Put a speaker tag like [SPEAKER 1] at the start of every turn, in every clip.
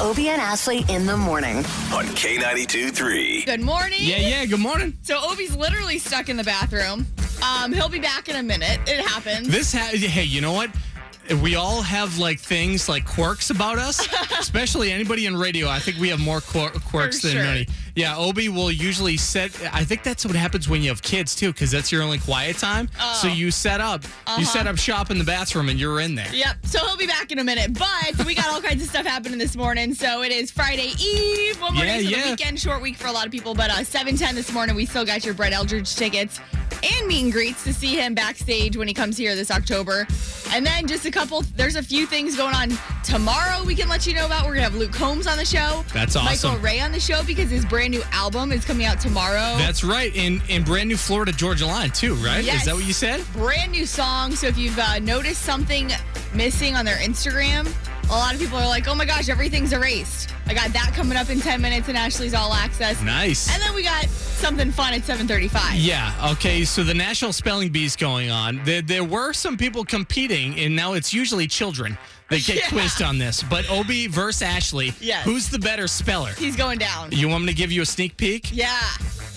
[SPEAKER 1] Obie and Ashley in the morning.
[SPEAKER 2] on K92 3.
[SPEAKER 3] Good morning.
[SPEAKER 4] Yeah, yeah. Good morning.
[SPEAKER 3] So Obi's literally stuck in the bathroom. Um, he'll be back in a minute. It happens.
[SPEAKER 4] This ha- hey, you know what? We all have like things like quirks about us, especially anybody in radio. I think we have more quir- quirks
[SPEAKER 3] For
[SPEAKER 4] than
[SPEAKER 3] sure.
[SPEAKER 4] many. Yeah, Obi will usually set. I think that's what happens when you have kids too, because that's your only quiet time. So
[SPEAKER 3] Oh.
[SPEAKER 4] you set up, you set
[SPEAKER 3] Uh-huh.
[SPEAKER 4] up shop in the bathroom, and you're in there.
[SPEAKER 3] Yep. So he'll be back in a minute. But we got all kinds of stuff happening this morning. So it is Friday Eve. One more
[SPEAKER 4] Yeah,
[SPEAKER 3] day to
[SPEAKER 4] yeah.
[SPEAKER 3] the weekend. Short week for a lot of people. But uh, 7.10 this morning, we still got your Brett Eldridge tickets and meet and greets to see him backstage when he comes here this October. And then just a couple, there's a few things going on tomorrow we can let you know about. We're going to have Luke Combs on the show.
[SPEAKER 4] That's awesome.
[SPEAKER 3] Michael Ray on the show because his brand new album is coming out tomorrow.
[SPEAKER 4] That's right. In in brand new Florida Georgia line too, right? Is
[SPEAKER 3] Yes.
[SPEAKER 4] that what you said?
[SPEAKER 3] brand new song. So if you've uh, noticed something missing on their Instagram, a lot of people are like, oh my gosh, everything's erased. I got that coming up in 10 minutes in Ashley's All Access.
[SPEAKER 4] Nice.
[SPEAKER 3] And then we got something fun at 735.
[SPEAKER 4] Yeah. Okay. So the national spelling bee's going on. There, there were some people competing, and now it's usually children that get
[SPEAKER 3] Yeah.
[SPEAKER 4] quizzed on this. But Obi versus Ashley.
[SPEAKER 3] Yes.
[SPEAKER 4] Who's the better speller?
[SPEAKER 3] He's going down.
[SPEAKER 4] You want me to give you a sneak peek?
[SPEAKER 3] Yeah.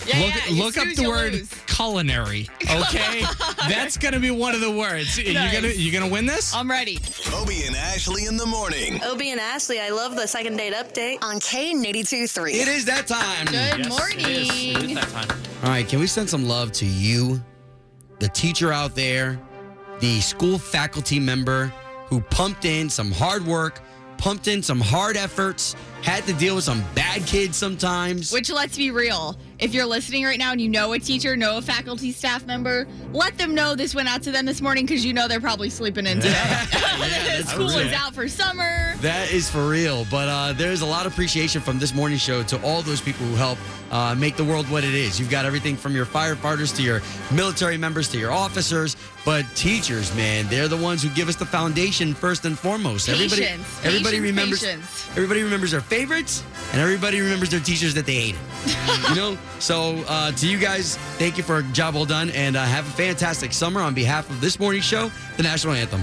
[SPEAKER 3] Yeah,
[SPEAKER 4] look
[SPEAKER 3] yeah. You
[SPEAKER 4] look up
[SPEAKER 3] snooze,
[SPEAKER 4] the
[SPEAKER 3] you
[SPEAKER 4] word
[SPEAKER 3] lose.
[SPEAKER 4] culinary. Okay. That's gonna be one of the words.
[SPEAKER 3] Nice.
[SPEAKER 4] You're gonna you gonna win this.
[SPEAKER 3] I'm ready.
[SPEAKER 2] Obie and Ashley in the morning.
[SPEAKER 5] Obie and Ashley, I love the second date update.
[SPEAKER 1] On K82 3.
[SPEAKER 6] It is that time.
[SPEAKER 3] Good morning.
[SPEAKER 6] All right, can we send some love to you, the teacher out there, the school faculty member who pumped in some hard work, pumped in some hard efforts, had to deal with some bad kids sometimes.
[SPEAKER 3] Which, let's be real, if you're listening right now and you know a teacher, know a faculty staff member, let them know this went out to them this morning because you know they're probably sleeping in today. School is out for summer.
[SPEAKER 6] That is for real. But uh, there's a lot of appreciation from this morning show to all those people who help uh, make the world what it is. You've got everything from your firefighters to your military members to your officers, but teachers, man, they're the ones who give us the foundation first and foremost.
[SPEAKER 3] Patience,
[SPEAKER 6] everybody
[SPEAKER 3] patience,
[SPEAKER 6] remembers.
[SPEAKER 3] patience.
[SPEAKER 6] Everybody remembers their favorites, and everybody remembers their teachers that they hated. you know. So uh, to you guys, thank you for a job well done, and uh, have a fantastic summer on behalf of this morning show, the national anthem.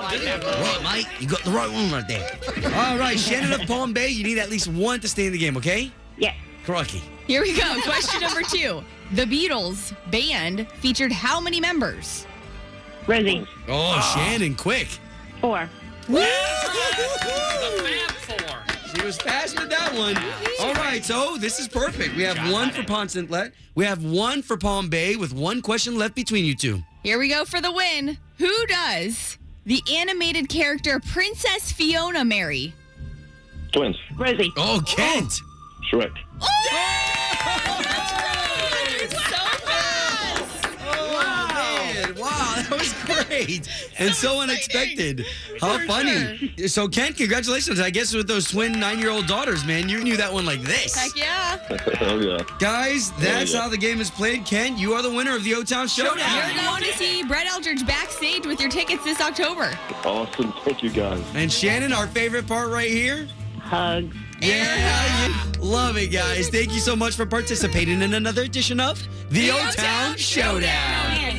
[SPEAKER 6] Right, mate. You got the right one right there. All right, Shannon of Palm Bay, you need at least one to stay in the game, okay?
[SPEAKER 7] Yes.
[SPEAKER 6] Crocky.
[SPEAKER 3] Here we go. Question number two. The Beatles band featured how many members?
[SPEAKER 7] Rosie.
[SPEAKER 6] Oh, Shannon, quick.
[SPEAKER 7] Four.
[SPEAKER 6] She was fast with that one. All right, so this is perfect. We have one for Ponce Inlet. We have one for Palm Bay with one question left between you two.
[SPEAKER 3] Here we go for the win. Who does the animated character Princess Fiona marry?
[SPEAKER 8] Twins.
[SPEAKER 7] Rosie.
[SPEAKER 6] Oh, Kent.
[SPEAKER 8] Shrek.
[SPEAKER 6] Oh, Man, wow, that was great and so unexpected. How
[SPEAKER 3] For
[SPEAKER 6] funny! So, Kent, congratulations! I guess with those twin nine-year-old daughters, man, you knew that one like this.
[SPEAKER 3] Heck yeah.
[SPEAKER 8] oh, yeah.
[SPEAKER 6] Guys, that's
[SPEAKER 8] yeah.
[SPEAKER 6] how the game is played. Kent, you are the winner of the O Town Showdown.
[SPEAKER 3] You're going to see Brett Eldridge backstage with your tickets this October.
[SPEAKER 8] Awesome. Thank you, guys.
[SPEAKER 6] And Shannon, our favorite part right here.
[SPEAKER 7] Hugs.
[SPEAKER 6] Yeah, you- love it, guys. Thank you so much for participating in another edition of the O Town Showdown.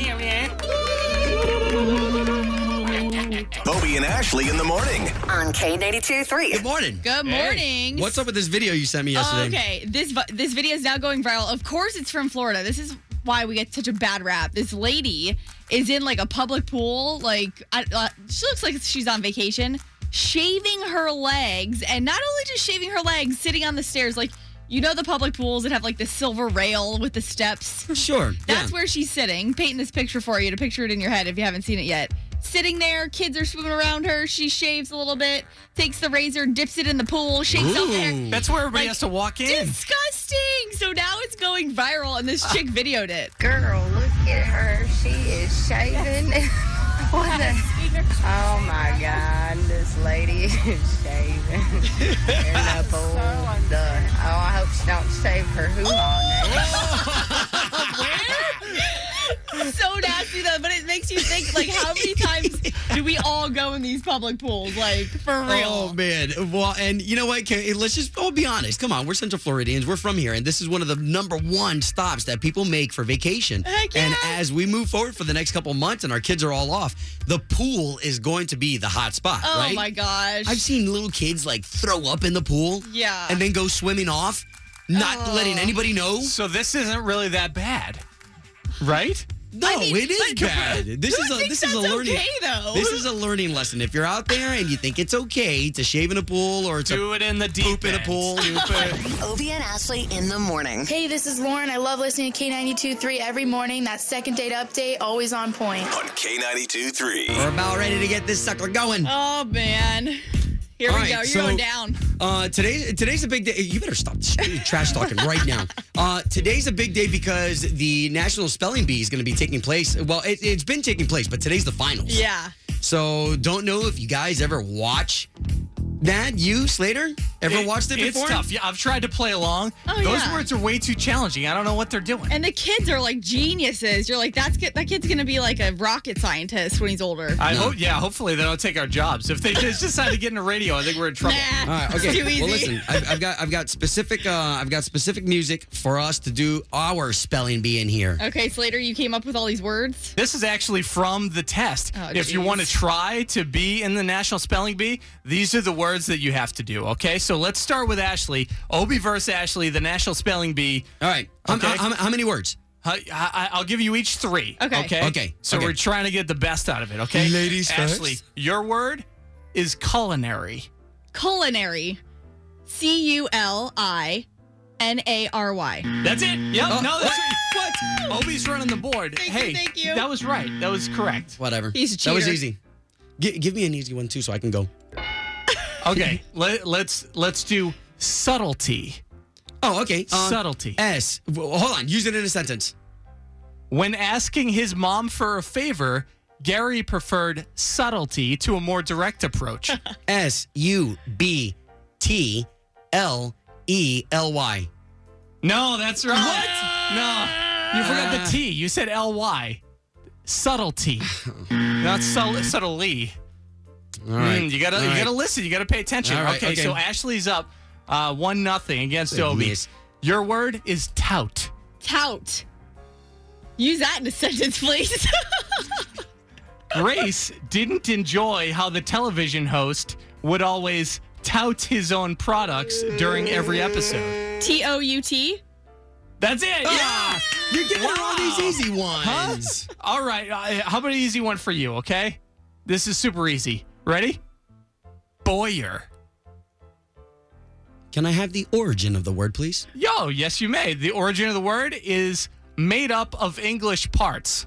[SPEAKER 2] Bobby and Ashley in the morning.
[SPEAKER 1] On K82 3.
[SPEAKER 6] Good morning.
[SPEAKER 3] Good morning.
[SPEAKER 6] What's up with this video you sent me yesterday?
[SPEAKER 3] Okay, this vi- this video is now going viral. Of course, it's from Florida. This is why we get such a bad rap. This lady is in like a public pool. Like I, uh, she looks like she's on vacation, shaving her legs, and not only just shaving her legs, sitting on the stairs. Like you know the public pools that have like the silver rail with the steps.
[SPEAKER 6] Sure.
[SPEAKER 3] That's
[SPEAKER 6] yeah.
[SPEAKER 3] where she's sitting. Painting this picture for you to picture it in your head if you haven't seen it yet. Sitting there, kids are swimming around her. She shaves a little bit, takes the razor, dips it in the pool, shakes out the hair.
[SPEAKER 6] Ooh.
[SPEAKER 4] That's where everybody
[SPEAKER 3] Like,
[SPEAKER 4] has to walk in.
[SPEAKER 3] Disgusting. So now it's going viral, and this chick videoed it.
[SPEAKER 9] Girl, look at her. She is shaving. what the? Oh my God, this lady is shaving in the pool. The- oh, I hope she don't shave her hoo on
[SPEAKER 3] so nasty though, but it makes you think like how many times do we all go in these public pools? Like for
[SPEAKER 6] Oh
[SPEAKER 3] real.
[SPEAKER 6] man! Well, and you know what? Can, let's just all be honest. Come on, we're Central Floridians. We're from here, and this is one of the number one stops that people make for vacation.
[SPEAKER 3] Heck
[SPEAKER 6] And
[SPEAKER 3] yeah.
[SPEAKER 6] as we move forward for the next couple months, and our kids are all off, the pool is going to be the hot spot.
[SPEAKER 3] Oh,
[SPEAKER 6] right?
[SPEAKER 3] my gosh.
[SPEAKER 6] I've seen little kids like throw up in the pool,
[SPEAKER 3] Yeah.
[SPEAKER 6] and then go swimming off, not
[SPEAKER 3] Oh.
[SPEAKER 6] letting anybody know.
[SPEAKER 4] So this isn't really that bad, right?
[SPEAKER 6] No,
[SPEAKER 3] mean,
[SPEAKER 6] it is
[SPEAKER 3] but-
[SPEAKER 6] bad. This
[SPEAKER 3] Who
[SPEAKER 6] is a
[SPEAKER 3] thinks
[SPEAKER 6] this is a
[SPEAKER 3] that's
[SPEAKER 6] learning.
[SPEAKER 3] okay, though?
[SPEAKER 6] This is a learning lesson. If you're out there and you think it's okay to shave in a pool or to
[SPEAKER 4] Do it in the deep
[SPEAKER 6] poop in a
[SPEAKER 4] end.
[SPEAKER 6] pool,
[SPEAKER 1] Obie and Ashley in the morning.
[SPEAKER 10] Hey, this is Lauren. I love listening to K92.3 every morning. That second date update, always on point.
[SPEAKER 2] On K92 3.
[SPEAKER 6] we're about ready to get this sucker going.
[SPEAKER 3] oh man. Here
[SPEAKER 6] All
[SPEAKER 3] we
[SPEAKER 6] right,
[SPEAKER 3] go. You're
[SPEAKER 6] so-
[SPEAKER 3] going down.
[SPEAKER 6] Uh, today, today's a big day. You better stop trash talking right now. Uh, today's a big day because the National Spelling Bee is going to be taking place. Well, it, it's been taking place, but today's the finals.
[SPEAKER 3] Yeah.
[SPEAKER 6] So don't know if you guys ever watch that. You Slater, Ever watched it before?
[SPEAKER 4] It's tough. Yeah, I've tried to play along.
[SPEAKER 3] Oh,
[SPEAKER 4] Those
[SPEAKER 3] yeah.
[SPEAKER 4] words are way too challenging. I don't know what they're doing.
[SPEAKER 3] And the kids are like geniuses. You're like, that's ki- that kid's gonna be like a rocket scientist when he's older.
[SPEAKER 6] Uh,
[SPEAKER 4] I hope, yeah, hopefully they don't take our jobs. If they just decide to get into radio, I think we're in trouble.
[SPEAKER 6] All right. Okay.
[SPEAKER 3] Too easy.
[SPEAKER 6] Well, listen. I've, I've got I've got specific uh, I've got specific music for us to do our spelling bee in here.
[SPEAKER 3] Okay, Slater, you came up with all these words.
[SPEAKER 4] This is actually from the test.
[SPEAKER 3] Oh,
[SPEAKER 4] if you
[SPEAKER 3] geez.
[SPEAKER 4] want to try to be in the National Spelling Bee, these are the words that you have to do. Okay, so let's start with Ashley. Obi versus Ashley, the National Spelling Bee.
[SPEAKER 6] All right. How- how- how many words?
[SPEAKER 4] I, will give you each three.
[SPEAKER 6] Okay.
[SPEAKER 4] Okay.
[SPEAKER 6] Okay,
[SPEAKER 4] So
[SPEAKER 6] okay.
[SPEAKER 4] we're trying to get the best out of it. Okay.
[SPEAKER 6] Ladies
[SPEAKER 4] Ashley,
[SPEAKER 6] first.
[SPEAKER 4] your word is culinary.
[SPEAKER 3] Culinary. C U L I N A R Y.
[SPEAKER 4] That's it. Yep.
[SPEAKER 3] Oh,
[SPEAKER 4] no, that's
[SPEAKER 3] what?
[SPEAKER 4] right. Obi's running the board.
[SPEAKER 3] Thank you,
[SPEAKER 4] hey,
[SPEAKER 3] thank you.
[SPEAKER 4] that was right. That was correct.
[SPEAKER 6] Whatever.
[SPEAKER 3] He's a
[SPEAKER 6] That was
[SPEAKER 3] cheater.
[SPEAKER 6] easy. Gi- give me an easy one too, so I can go.
[SPEAKER 4] Okay. let, let's let's do subtlety.
[SPEAKER 6] Oh, okay. Uh,
[SPEAKER 4] subtlety.
[SPEAKER 6] S. Well, hold on. Use it in a sentence.
[SPEAKER 4] When asking his mom for a favor, Gary preferred subtlety to a more direct approach.
[SPEAKER 6] S U B T L E L Y.
[SPEAKER 4] no, that's right. What? No. You forgot
[SPEAKER 6] Ah.
[SPEAKER 4] the T. You said L Y. Subtlety. Not subtle, subtly.
[SPEAKER 6] Ah. All
[SPEAKER 4] Mm, you gotta
[SPEAKER 6] All
[SPEAKER 4] you
[SPEAKER 6] right.
[SPEAKER 4] gotta listen. You gotta pay attention.
[SPEAKER 6] All right,
[SPEAKER 4] okay,
[SPEAKER 6] okay.
[SPEAKER 4] so Ashley's up uh, one nothing against Obi.
[SPEAKER 6] Goodness.
[SPEAKER 4] Your word is tout.
[SPEAKER 3] Tout. Use that in a sentence, please.
[SPEAKER 4] Grace didn't enjoy how the television host would always tout his own products during every episode.
[SPEAKER 3] T O U T.
[SPEAKER 4] That's it. Yeah.
[SPEAKER 6] You're giving her all these
[SPEAKER 4] Wow.
[SPEAKER 6] easy
[SPEAKER 4] Huh?
[SPEAKER 6] ones.
[SPEAKER 4] All right. Uh, how about an easy one for you? Okay. This is super easy. Ready? Boyer.
[SPEAKER 6] Can I have the origin of the word, please?
[SPEAKER 4] Yo, yes, you may. The origin of the word is made up of English parts.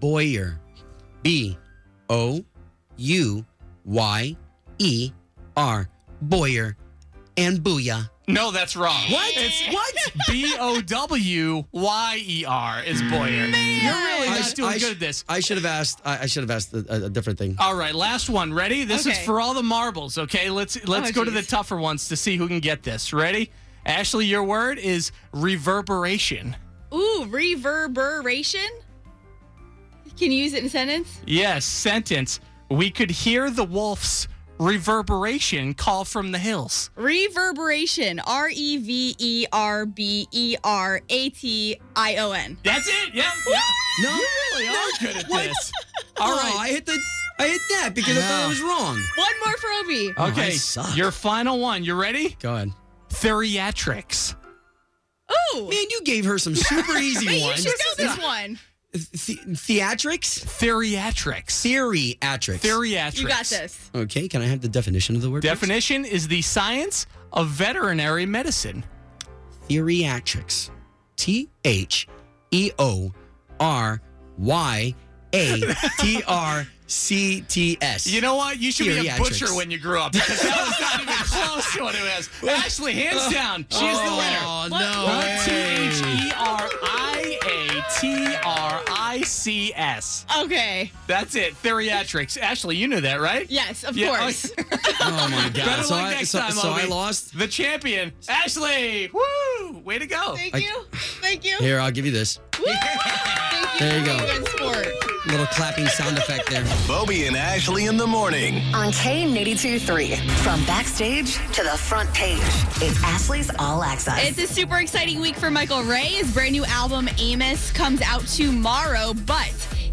[SPEAKER 6] Boyer. B O U Y E R. Boyer and Booyah.
[SPEAKER 4] No, that's wrong.
[SPEAKER 6] What?
[SPEAKER 4] It's what? B O W Y E R is Boyer. You're really
[SPEAKER 6] I
[SPEAKER 4] not
[SPEAKER 6] sh-
[SPEAKER 4] doing
[SPEAKER 6] I sh-
[SPEAKER 4] good at this.
[SPEAKER 6] I should have asked. I, I should have asked a, a different thing.
[SPEAKER 4] All right, last one. Ready? This
[SPEAKER 3] Okay.
[SPEAKER 4] is for all the marbles. Okay, let's let's
[SPEAKER 3] Oh,
[SPEAKER 4] go to the
[SPEAKER 3] geez.
[SPEAKER 4] tougher ones to see who can get this. Ready? Ashley, your word is reverberation.
[SPEAKER 3] Ooh, reverberation. Can you use it in a sentence?
[SPEAKER 4] Yes, sentence. We could hear the wolf's reverberation call from the hills.
[SPEAKER 3] Reverberation. R E V E R B E R A T I O N.
[SPEAKER 4] That's it. Yeah. yeah.
[SPEAKER 6] No,
[SPEAKER 4] You really are good at this.
[SPEAKER 6] All
[SPEAKER 4] All
[SPEAKER 6] right.
[SPEAKER 4] right.
[SPEAKER 6] Oh, I hit the. I hit that because I thought it was wrong.
[SPEAKER 3] One more for Obi.
[SPEAKER 6] Oh, I
[SPEAKER 4] Okay,
[SPEAKER 6] suck.
[SPEAKER 4] your final one. You ready?
[SPEAKER 6] Go ahead.
[SPEAKER 4] Theriatrics.
[SPEAKER 3] Ooh.
[SPEAKER 6] Man, you gave her some super Uh, easy
[SPEAKER 3] Wait, you
[SPEAKER 6] ones.
[SPEAKER 3] should know this one.
[SPEAKER 6] Th- theatrics?
[SPEAKER 4] Theriatrics.
[SPEAKER 6] Theory-atrics.
[SPEAKER 4] Theriatrics.
[SPEAKER 3] You got this.
[SPEAKER 6] Okay, can I have the definition of the word?
[SPEAKER 4] Definition is the science of veterinary medicine.
[SPEAKER 6] Theory-atrics. T H E O R Y A T R C T S.
[SPEAKER 4] You know what? You should be a
[SPEAKER 6] Theriatrics.
[SPEAKER 4] butcher when you grew up because that was not even close to what it was. Ashley, hands down, she's the winner.
[SPEAKER 6] Oh, no.
[SPEAKER 4] T Uh, H E R I A T E R I C S.
[SPEAKER 3] Okay.
[SPEAKER 4] That's it. Theriatrics. Ashley, you knew that, right?
[SPEAKER 3] Yes, of
[SPEAKER 4] Yeah, oh,
[SPEAKER 3] course.
[SPEAKER 6] Oh, my God.
[SPEAKER 4] Better
[SPEAKER 6] so
[SPEAKER 4] luck
[SPEAKER 6] I,
[SPEAKER 4] next
[SPEAKER 6] so-
[SPEAKER 4] time.
[SPEAKER 6] so I
[SPEAKER 4] Obi.
[SPEAKER 6] lost.
[SPEAKER 4] The champion, Ashley. Woo! Way to go.
[SPEAKER 3] Thank
[SPEAKER 6] I-
[SPEAKER 3] you. Thank you.
[SPEAKER 6] Here, I'll give you this.
[SPEAKER 3] Woo! Thank you.
[SPEAKER 6] There you
[SPEAKER 3] for
[SPEAKER 6] go.
[SPEAKER 3] being a Good sport.
[SPEAKER 6] Little clapping sound effect there.
[SPEAKER 2] Bobby and Ashley in the morning.
[SPEAKER 1] On K82.3, from backstage to the front page, it's Ashley's All Access.
[SPEAKER 3] It's a super exciting week for Michael Ray. His brand new album, Amos, comes out tomorrow, but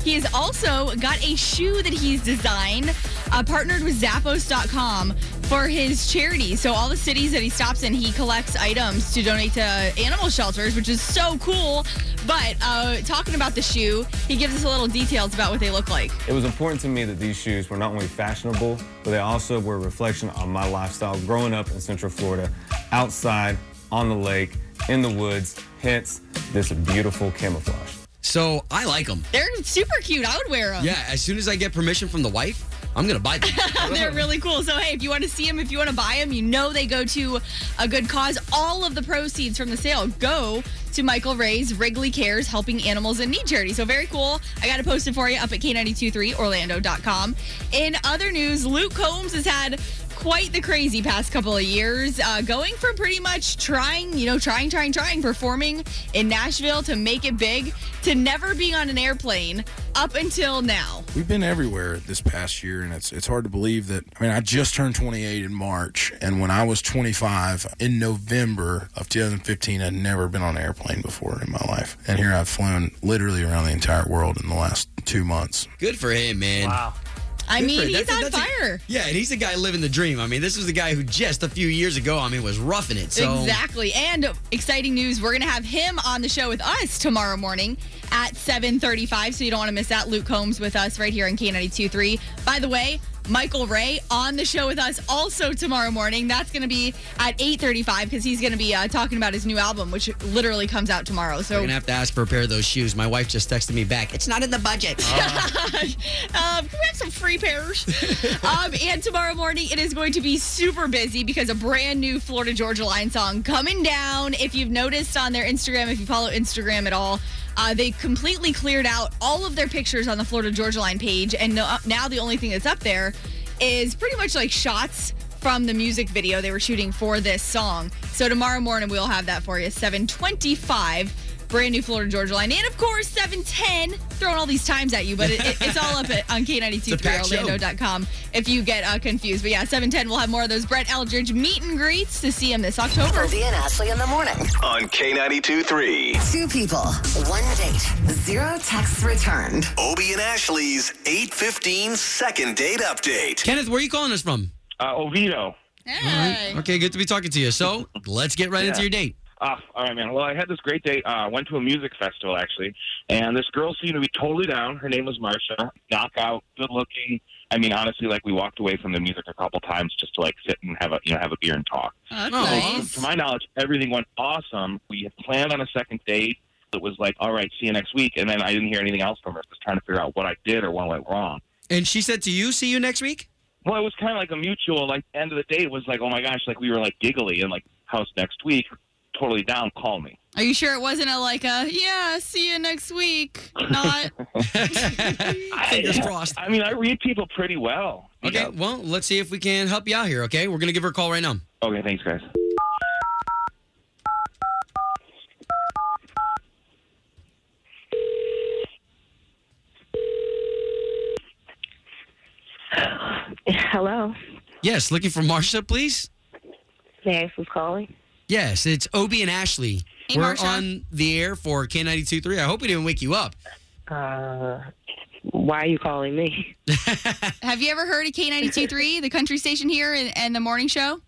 [SPEAKER 3] he has also got a shoe that he's designed, uh, partnered with Zappos.com for his charity. So, all the cities that he stops in, he collects items to donate to animal shelters, which is so cool. But uh, talking about the shoe, he gives us a little details about what they look like.
[SPEAKER 11] It was important to me that these shoes were not only fashionable, but they also were a reflection on my lifestyle growing up in Central Florida, outside, on the lake, in the woods, hence this beautiful camouflage.
[SPEAKER 6] So I like them.
[SPEAKER 3] They're super cute. I would wear them.
[SPEAKER 6] Yeah, as soon as I get permission from the wife, I'm going to buy them.
[SPEAKER 3] They're really cool. So, hey, if you want to see them, if you want to buy them, you know they go to a good cause. All of the proceeds from the sale go to Michael Ray's Wrigley Cares Helping Animals in Need charity. So, very cool. I got it posted for you up at K923Orlando.com. In other news, Luke Combs has had quite the crazy past couple of years, uh, going from pretty much trying, you know, trying, trying, trying, performing in Nashville to make it big to never being on an airplane up until now.
[SPEAKER 12] We've been everywhere this past year, and it's it's hard to believe that. I mean, I just turned 28 in March, and when I was 25 in November of 2015, I'd never been on an airplane before in my life, and here I've flown literally around the entire world in the last two months.
[SPEAKER 6] Good for him, man. Wow.
[SPEAKER 3] I
[SPEAKER 6] Good
[SPEAKER 3] mean,
[SPEAKER 6] for him.
[SPEAKER 3] he's
[SPEAKER 6] That's a-
[SPEAKER 3] on
[SPEAKER 6] that's a-
[SPEAKER 3] fire.
[SPEAKER 6] yeah, and he's a guy living the dream. I mean, this was the guy who just a few years ago, I mean, was roughing it. So
[SPEAKER 3] Exactly. And exciting news, we're going to have him on the show with us tomorrow morning at 7:35, so you don't want to miss that. Luke Combs with us right here on K92.3. By the way, Michael Ray on the show with us also tomorrow morning. That's going to be at 8:35 because he's going to be uh, talking about his new album, which literally comes out tomorrow.
[SPEAKER 6] We're
[SPEAKER 3] So
[SPEAKER 6] gonna have to ask for a pair of those shoes. My wife just texted me back. It's not in the budget.
[SPEAKER 3] um, can we have some free pairs? um, and tomorrow morning, it is going to be super busy because a brand new Florida Georgia Line song coming down. If you've noticed on their Instagram, if you follow Instagram at all, uh, they completely cleared out all of their pictures on the Florida Georgia Line page, and no, uh, now the only thing that's up there is pretty much like shots from the music video they were shooting for this song. So tomorrow morning we'll have that for you. 725, brand new Florida Georgia line. And of course, 710, throwing all these times at you, but it, it- it's all up at, on
[SPEAKER 13] It's a packed show.
[SPEAKER 3] K923Orlando.com if you get uh, confused. But yeah, 710, we'll have more of those Brett Eldridge meet and greets to see him this October.
[SPEAKER 1] Obie and Ashley in the morning.
[SPEAKER 2] On K92 3.
[SPEAKER 1] Two people, one date, zero texts returned.
[SPEAKER 2] Obie and Ashley's 815 second date update.
[SPEAKER 6] Kenneth, where are you calling us from?
[SPEAKER 8] Uh, Oviedo.
[SPEAKER 6] Okay, good to be talking to you. So let's get right
[SPEAKER 8] Yeah.
[SPEAKER 6] into your date.
[SPEAKER 8] Uh, all right, man. Well, I had this great date. Uh, I went to a music festival, actually, and this girl seemed to be totally down. Her name was Marsha. Knockout, good looking. I mean, honestly, like we walked away from the music a couple times just to like sit and have a you know have a beer and talk. To my knowledge, everything went awesome. We had planned on a second date. It was like, all right, see you next week, and then I didn't hear anything else from her. I was trying to figure out what I did or what went wrong.
[SPEAKER 6] And she said to you, "See you next week."
[SPEAKER 8] Well, it was kind of like a mutual. Like end of the day, it was like, oh my gosh, like we were like giggly and like house next week, totally down. Call me.
[SPEAKER 3] Are you sure it wasn't a like a, yeah, see you next week? Not.
[SPEAKER 6] Fingers crossed.
[SPEAKER 8] I mean, I read people pretty well.
[SPEAKER 6] Okay, well, let's see if we can help you out here. Okay, we're gonna give her a call right now.
[SPEAKER 8] Okay, thanks, guys.
[SPEAKER 7] Hello.
[SPEAKER 6] Yes, looking for Marsha, please.
[SPEAKER 7] May I ask who's calling?
[SPEAKER 6] Yes, it's Obie and Ashley.
[SPEAKER 7] Hey,
[SPEAKER 6] We're
[SPEAKER 7] Marsha.
[SPEAKER 6] on the air for K92.3. I hope we didn't wake you up.
[SPEAKER 7] Uh, why are you calling me?
[SPEAKER 3] Have you ever heard of K92.3, the country station here and, and the morning show?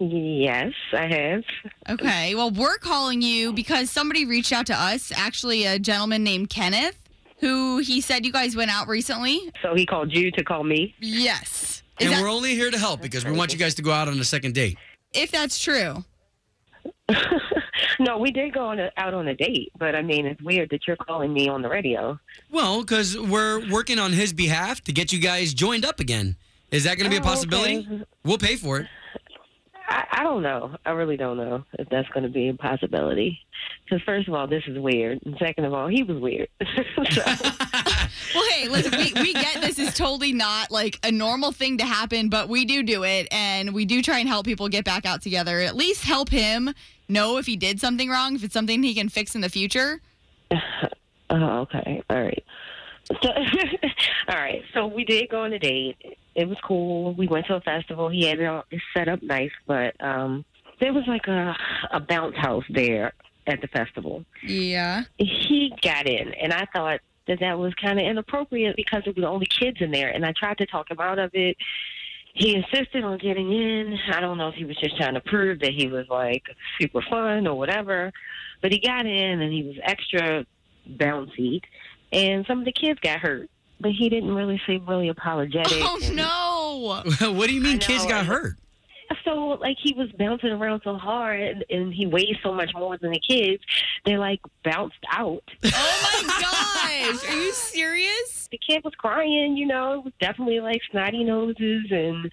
[SPEAKER 7] Yes, I have.
[SPEAKER 3] Okay. Well, we're calling you because somebody reached out to us, actually, a gentleman named Kenneth, who he said you guys went out recently.
[SPEAKER 7] So he called you to call me.
[SPEAKER 3] Yes. Is
[SPEAKER 6] And
[SPEAKER 3] that,
[SPEAKER 6] we're only here to help because we want you guys to go out on a second date.
[SPEAKER 3] if that's true.
[SPEAKER 7] No, we did go on a, out on a date, but I mean, it's weird that you're calling me on the radio.
[SPEAKER 6] Well, because we're working on his behalf to get you guys joined up again. Is that going to be a
[SPEAKER 7] Oh, okay.
[SPEAKER 6] possibility? We'll pay for it.
[SPEAKER 7] I, I don't know. I really don't know if that's going to be a possibility. Because first of all, this is weird, and second of all, he was weird.
[SPEAKER 3] Well, hey, listen, we, we get this is totally not like a normal thing to happen, but we do do it. And we do try and help people get back out together, at least help him know if he did something wrong, if it's something he can fix in the future.
[SPEAKER 7] Oh, okay. All right. So, all right. So we did go on a date. It was cool. We went to a festival. He had it all it set up nice, but um, there was like a a bounce house there at the festival.
[SPEAKER 3] Yeah.
[SPEAKER 7] He got in, and I thought that that was kind of inappropriate because it was only kids in there. And I tried to talk him out of it. He insisted on getting in. I don't know if he was just trying to prove that he was like super fun or whatever, but he got in and he was extra bouncy, and some of the kids got hurt. But he didn't really seem really apologetic.
[SPEAKER 3] Oh, no.
[SPEAKER 6] what do you mean kids
[SPEAKER 7] know,
[SPEAKER 6] got
[SPEAKER 7] and-
[SPEAKER 6] hurt?
[SPEAKER 7] So like he was bouncing around so hard, and, and he weighed so much more than the kids. They like bounced out.
[SPEAKER 3] Guys, Oh, are you serious?
[SPEAKER 7] The kid was crying, you know, it was definitely like snotty noses and,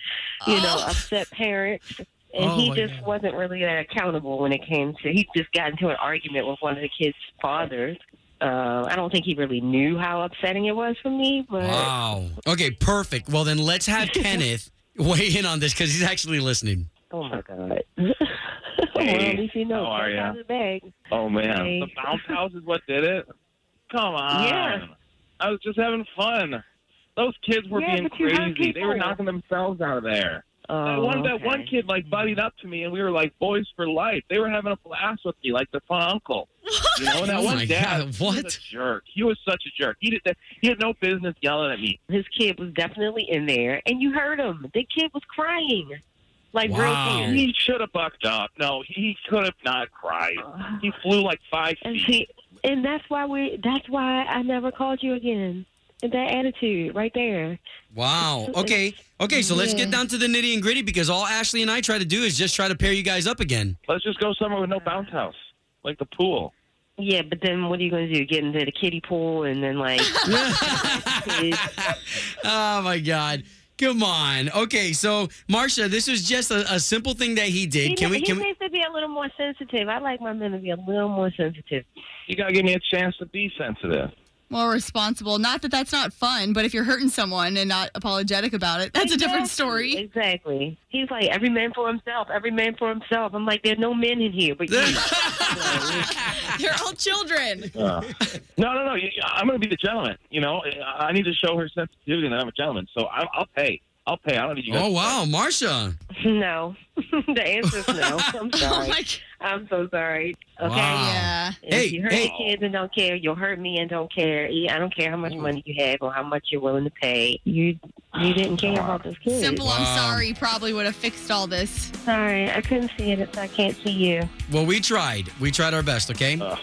[SPEAKER 7] you know, upset parents. And
[SPEAKER 13] Oh,
[SPEAKER 7] he
[SPEAKER 13] my
[SPEAKER 7] just wasn't really that accountable when it came to, he just got into an argument with one of the kids' fathers. Uh, I don't think he really knew how upsetting it was for me, but
[SPEAKER 6] Wow. Okay, perfect. Well, then let's have Kenneth weigh in on this because he's actually listening.
[SPEAKER 7] Oh my god!
[SPEAKER 8] Hey,
[SPEAKER 7] well, at least you know.
[SPEAKER 8] how are
[SPEAKER 7] it's
[SPEAKER 8] ya?
[SPEAKER 7] out of the bag.
[SPEAKER 8] Oh man,
[SPEAKER 7] Hey.
[SPEAKER 8] the bounce house is what did it. Come on.
[SPEAKER 7] Yeah.
[SPEAKER 8] I was just having fun. Those kids were
[SPEAKER 7] Yeah,
[SPEAKER 8] being
[SPEAKER 7] but you hurt
[SPEAKER 8] crazy. They were
[SPEAKER 7] people. Oh,
[SPEAKER 8] knocking themselves out of there. that one that
[SPEAKER 7] okay.
[SPEAKER 8] one kid like buddied up to me and we were like boys for life. They were having a blast with me like the fun uncle. You know, and that
[SPEAKER 13] Oh
[SPEAKER 8] one
[SPEAKER 13] my
[SPEAKER 8] dad
[SPEAKER 13] God,
[SPEAKER 8] he was
[SPEAKER 13] what?
[SPEAKER 8] a jerk. He was such a jerk. He did that he had no business yelling at me.
[SPEAKER 7] His kid was definitely in there, and you heard him. The kid was crying, like real tears.
[SPEAKER 8] He should have bucked up. No, he could have not cried. He flew like five
[SPEAKER 7] And
[SPEAKER 8] feet.
[SPEAKER 7] see, and that's why we. That's why I never called you again. And that attitude right there.
[SPEAKER 6] Wow. Okay. Okay. So let's get
[SPEAKER 7] Yeah.
[SPEAKER 6] down to the nitty and gritty because all Ashley and I try to do is just try to pair you guys up again.
[SPEAKER 8] Let's just go somewhere with no bounce house, like the pool.
[SPEAKER 7] Yeah, but then what are you going to do? Get into the kiddie pool and then like.
[SPEAKER 6] Oh my God. Come on. Okay. So Marcia, this was just a, a simple thing that he did.
[SPEAKER 7] He,
[SPEAKER 6] Can we?
[SPEAKER 7] he
[SPEAKER 6] Can we?
[SPEAKER 7] needs to be a little more sensitive. I like my men to be a little more sensitive.
[SPEAKER 8] You gotta give me a chance to be sensitive.
[SPEAKER 3] More responsible. Not that that's not fun, but if you're hurting someone and not apologetic about it, that's a different story.
[SPEAKER 7] Exactly. He's like every man for himself. Every man for himself. I'm like, there's no men in here, but you.
[SPEAKER 3] They're all children.
[SPEAKER 8] Uh, no, no, no. you- I'm going to be the gentleman. You know, I I need to show her sensitivity that I'm a gentleman. So I, I'll pay. I'll pay. I don't need you guys.
[SPEAKER 6] Oh wow, Marcia.
[SPEAKER 7] No, the answer's no. I'm sorry. I'm so sorry. Okay.
[SPEAKER 6] Wow.
[SPEAKER 3] Oh Yeah.
[SPEAKER 7] If
[SPEAKER 6] Hey,
[SPEAKER 7] you hurt
[SPEAKER 6] hey.
[SPEAKER 7] the kids and don't care, you'll hurt me and don't care. I don't care how much money you have or how much you're willing to pay. You you didn't care about those kids.
[SPEAKER 3] Simple, I'm sorry, probably would have fixed all this.
[SPEAKER 7] Sorry, I couldn't see it, so I can't see you.
[SPEAKER 6] Well, we tried. We tried our best. Okay. Marcia,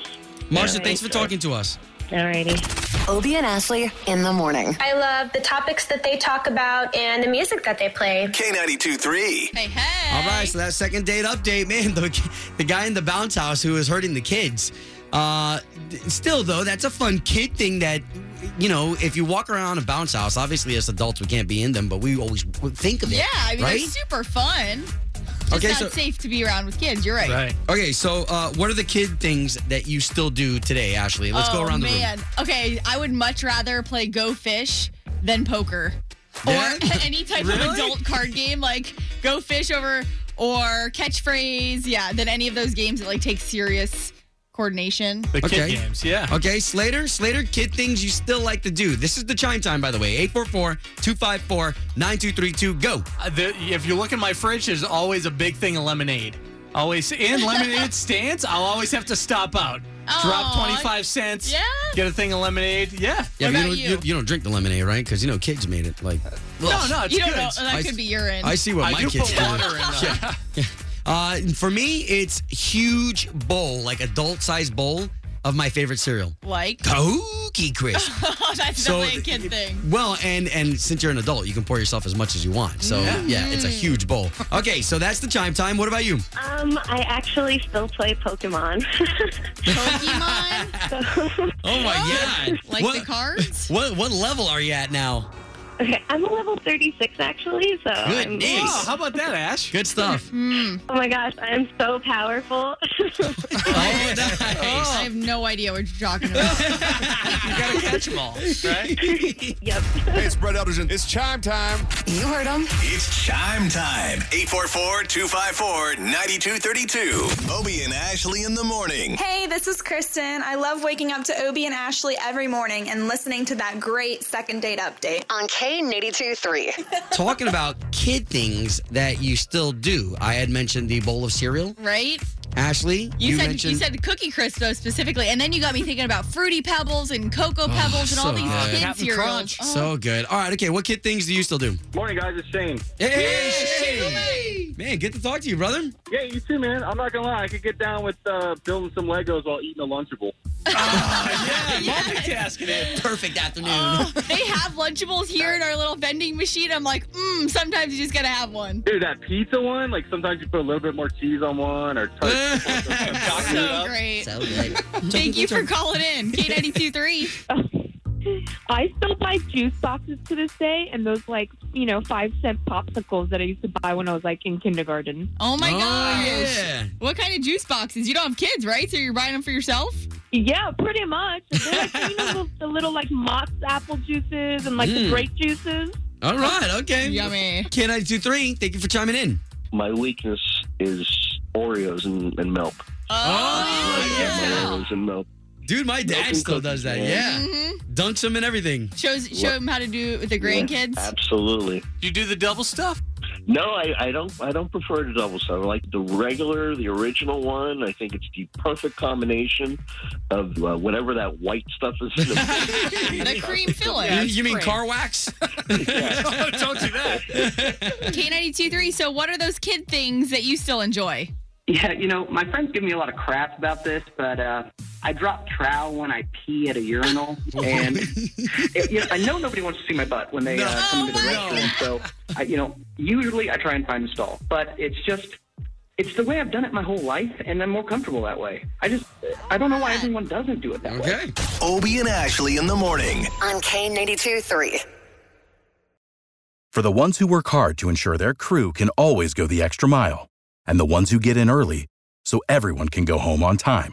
[SPEAKER 7] Yeah.
[SPEAKER 6] thanks for talking to us.
[SPEAKER 1] Alrighty. Obie and Ashley in the morning.
[SPEAKER 14] I love the topics that they talk about and the music that they play.
[SPEAKER 2] K92 3.
[SPEAKER 3] Hey, hey.
[SPEAKER 6] All right, so that second date update, man, the, the guy in the bounce house who is hurting the kids. Uh, th- still, though, that's a fun kid thing that, you know, if you walk around a bounce house, obviously as adults we can't be in them, but we always w- think of it.
[SPEAKER 3] Yeah, I mean,
[SPEAKER 6] right?
[SPEAKER 3] they're super fun. Just
[SPEAKER 6] Okay,
[SPEAKER 3] not
[SPEAKER 6] so-
[SPEAKER 3] safe to be around with kids. You're right.
[SPEAKER 6] Okay, so uh, what are the kid things that you still do today, Ashley? Let's go
[SPEAKER 3] Oh,
[SPEAKER 6] around the room.
[SPEAKER 3] man. Okay, I would much rather play Go Fish than poker.
[SPEAKER 6] Yeah?
[SPEAKER 3] Or any type
[SPEAKER 6] Really?
[SPEAKER 3] of adult card game like Go Fish over or catchphrase. Yeah, than any of those games that like take serious coordination.
[SPEAKER 4] yeah.
[SPEAKER 6] Okay, Slater, Slater, kid things you still like to do. This is the chime time, by the way. 844 254 9232. Go.
[SPEAKER 4] Uh, the, if you look in my fridge, there's always a big thing of lemonade. Always in lemonade stands. I'll always have to stop out, drop
[SPEAKER 3] Aw.
[SPEAKER 4] twenty five cents,
[SPEAKER 3] Yeah.
[SPEAKER 4] get a thing of lemonade. Yeah.
[SPEAKER 6] Yeah, but you, don't, you? you don't drink the lemonade, right? Because you know kids made it like.
[SPEAKER 4] No, no, it's
[SPEAKER 3] you don't
[SPEAKER 4] good.
[SPEAKER 3] know. uh, That
[SPEAKER 6] I-
[SPEAKER 3] could be urine.
[SPEAKER 6] I see what
[SPEAKER 4] I
[SPEAKER 6] my
[SPEAKER 4] do
[SPEAKER 6] kids
[SPEAKER 4] put
[SPEAKER 6] do.
[SPEAKER 4] water in the-
[SPEAKER 6] yeah. yeah. Uh, for me, it's huge bowl, like adult sized bowl of my favorite cereal,
[SPEAKER 3] like.
[SPEAKER 6] Kahoot Crisp.
[SPEAKER 3] That's
[SPEAKER 6] So-
[SPEAKER 3] definitely a kid thing.
[SPEAKER 6] Well, and and since you're an adult, you can pour yourself as much as you want. So yeah,
[SPEAKER 3] Yeah.
[SPEAKER 6] it's a huge bowl. Okay, so that's the chime time. What about you?
[SPEAKER 5] Um, I actually still play Pokemon. Pokemon?
[SPEAKER 6] Oh my god!
[SPEAKER 5] Like the cards?
[SPEAKER 6] What what level are you at now?
[SPEAKER 5] okay, I'm a level 36 actually, so.
[SPEAKER 6] Good
[SPEAKER 5] I'm-
[SPEAKER 6] niece. Wow, how
[SPEAKER 4] about that, Ash?
[SPEAKER 6] Good stuff.
[SPEAKER 5] Oh my gosh, I am so powerful.
[SPEAKER 6] Oh,
[SPEAKER 3] I have no idea what you're talking about.
[SPEAKER 4] You gotta catch them all, right?
[SPEAKER 5] yep.
[SPEAKER 2] Hey, it's Brett Elderson. It's chime time.
[SPEAKER 1] You heard him.
[SPEAKER 2] It's chime time. 844-254-9232. Obie and Ashley in the morning.
[SPEAKER 15] Hey, this is Kristen. I love waking up to Obie and Ashley every morning and listening to that great second date update
[SPEAKER 1] on K82 3.
[SPEAKER 6] Talking about kid things that you still do. I had mentioned the bowl of cereal.
[SPEAKER 3] Right?
[SPEAKER 6] Ashley, you,
[SPEAKER 3] You, said
[SPEAKER 6] mentioned
[SPEAKER 3] you said Cookie Crisp though specifically, and then you got me thinking about Fruity Pebbles and Cocoa Pebbles and all these
[SPEAKER 6] Oh, good.
[SPEAKER 3] kid cereals. Oh.
[SPEAKER 6] So good. All right, okay. What kid things do you still do?
[SPEAKER 16] Morning, guys. It's Shane.
[SPEAKER 6] Hey, Shane. Man, good to talk to you, brother.
[SPEAKER 16] Yeah, you too, man. I'm not gonna lie. I could get down with uh, building some Legos while eating a Lunchable.
[SPEAKER 3] Oh,
[SPEAKER 4] multitasking it.
[SPEAKER 6] Perfect afternoon.
[SPEAKER 3] they have Lunchables here in our little vending machine. I'm like, mm, sometimes you just gotta have one.
[SPEAKER 16] Dude, that pizza one. Like sometimes you put a little bit more cheese on one or.
[SPEAKER 3] So great. Thank you for calling in. K92 3.
[SPEAKER 17] I still buy juice boxes to this day and those like, you know, five cent popsicles that I used to buy when I was like in kindergarten.
[SPEAKER 3] Oh my
[SPEAKER 17] Oh,
[SPEAKER 3] gosh.
[SPEAKER 17] yeah.
[SPEAKER 3] What kind of juice boxes? You don't have kids, right? So you're buying them for yourself?
[SPEAKER 17] Yeah, pretty
[SPEAKER 13] Hmm.
[SPEAKER 17] much. They're like, you know, the, the little like Mott's apple juices and like the
[SPEAKER 3] Mm.
[SPEAKER 17] grape juices.
[SPEAKER 6] All right. Okay.
[SPEAKER 3] Yummy.
[SPEAKER 6] K ninety two three. Thank you for chiming in.
[SPEAKER 13] My weakness is Oreos and, and milk.
[SPEAKER 3] Oh,
[SPEAKER 13] I get my Oreos and milk.
[SPEAKER 6] Dude, my dad still does that. Yeah. Dunks them and everything.
[SPEAKER 3] Mm-hmm. Shows show them how to do it with the
[SPEAKER 13] Yeah,
[SPEAKER 3] grandkids.
[SPEAKER 13] absolutely.
[SPEAKER 4] You do the double stuff?
[SPEAKER 13] No, I, I don't. I don't prefer the double stuff. I like the regular, the original one. I think it's the perfect combination of uh, whatever that white stuff is.
[SPEAKER 3] the cream filling.
[SPEAKER 13] You- you mean car
[SPEAKER 6] wax?
[SPEAKER 4] don't do that.
[SPEAKER 3] K92.3, so what are those kid things that you still enjoy?
[SPEAKER 7] Yeah, you know, my friends give me a lot of crap about this, but uh, I drop trowel when I pee at a urinal, and it, you know, I know nobody wants to see my butt when they
[SPEAKER 3] Oh
[SPEAKER 7] uh, come into the restroom. So, I, you know, usually I try and find a stall, but it's just. It's the way I've done it my whole life, and I'm more comfortable that way. I just, I don't know why everyone doesn't do it that way.
[SPEAKER 6] Okay.
[SPEAKER 2] Obie and Ashley in the morning.
[SPEAKER 1] On K92 3.
[SPEAKER 18] For the ones who work hard to ensure their crew can always go the extra mile, and the ones who get in early so everyone can go home on time,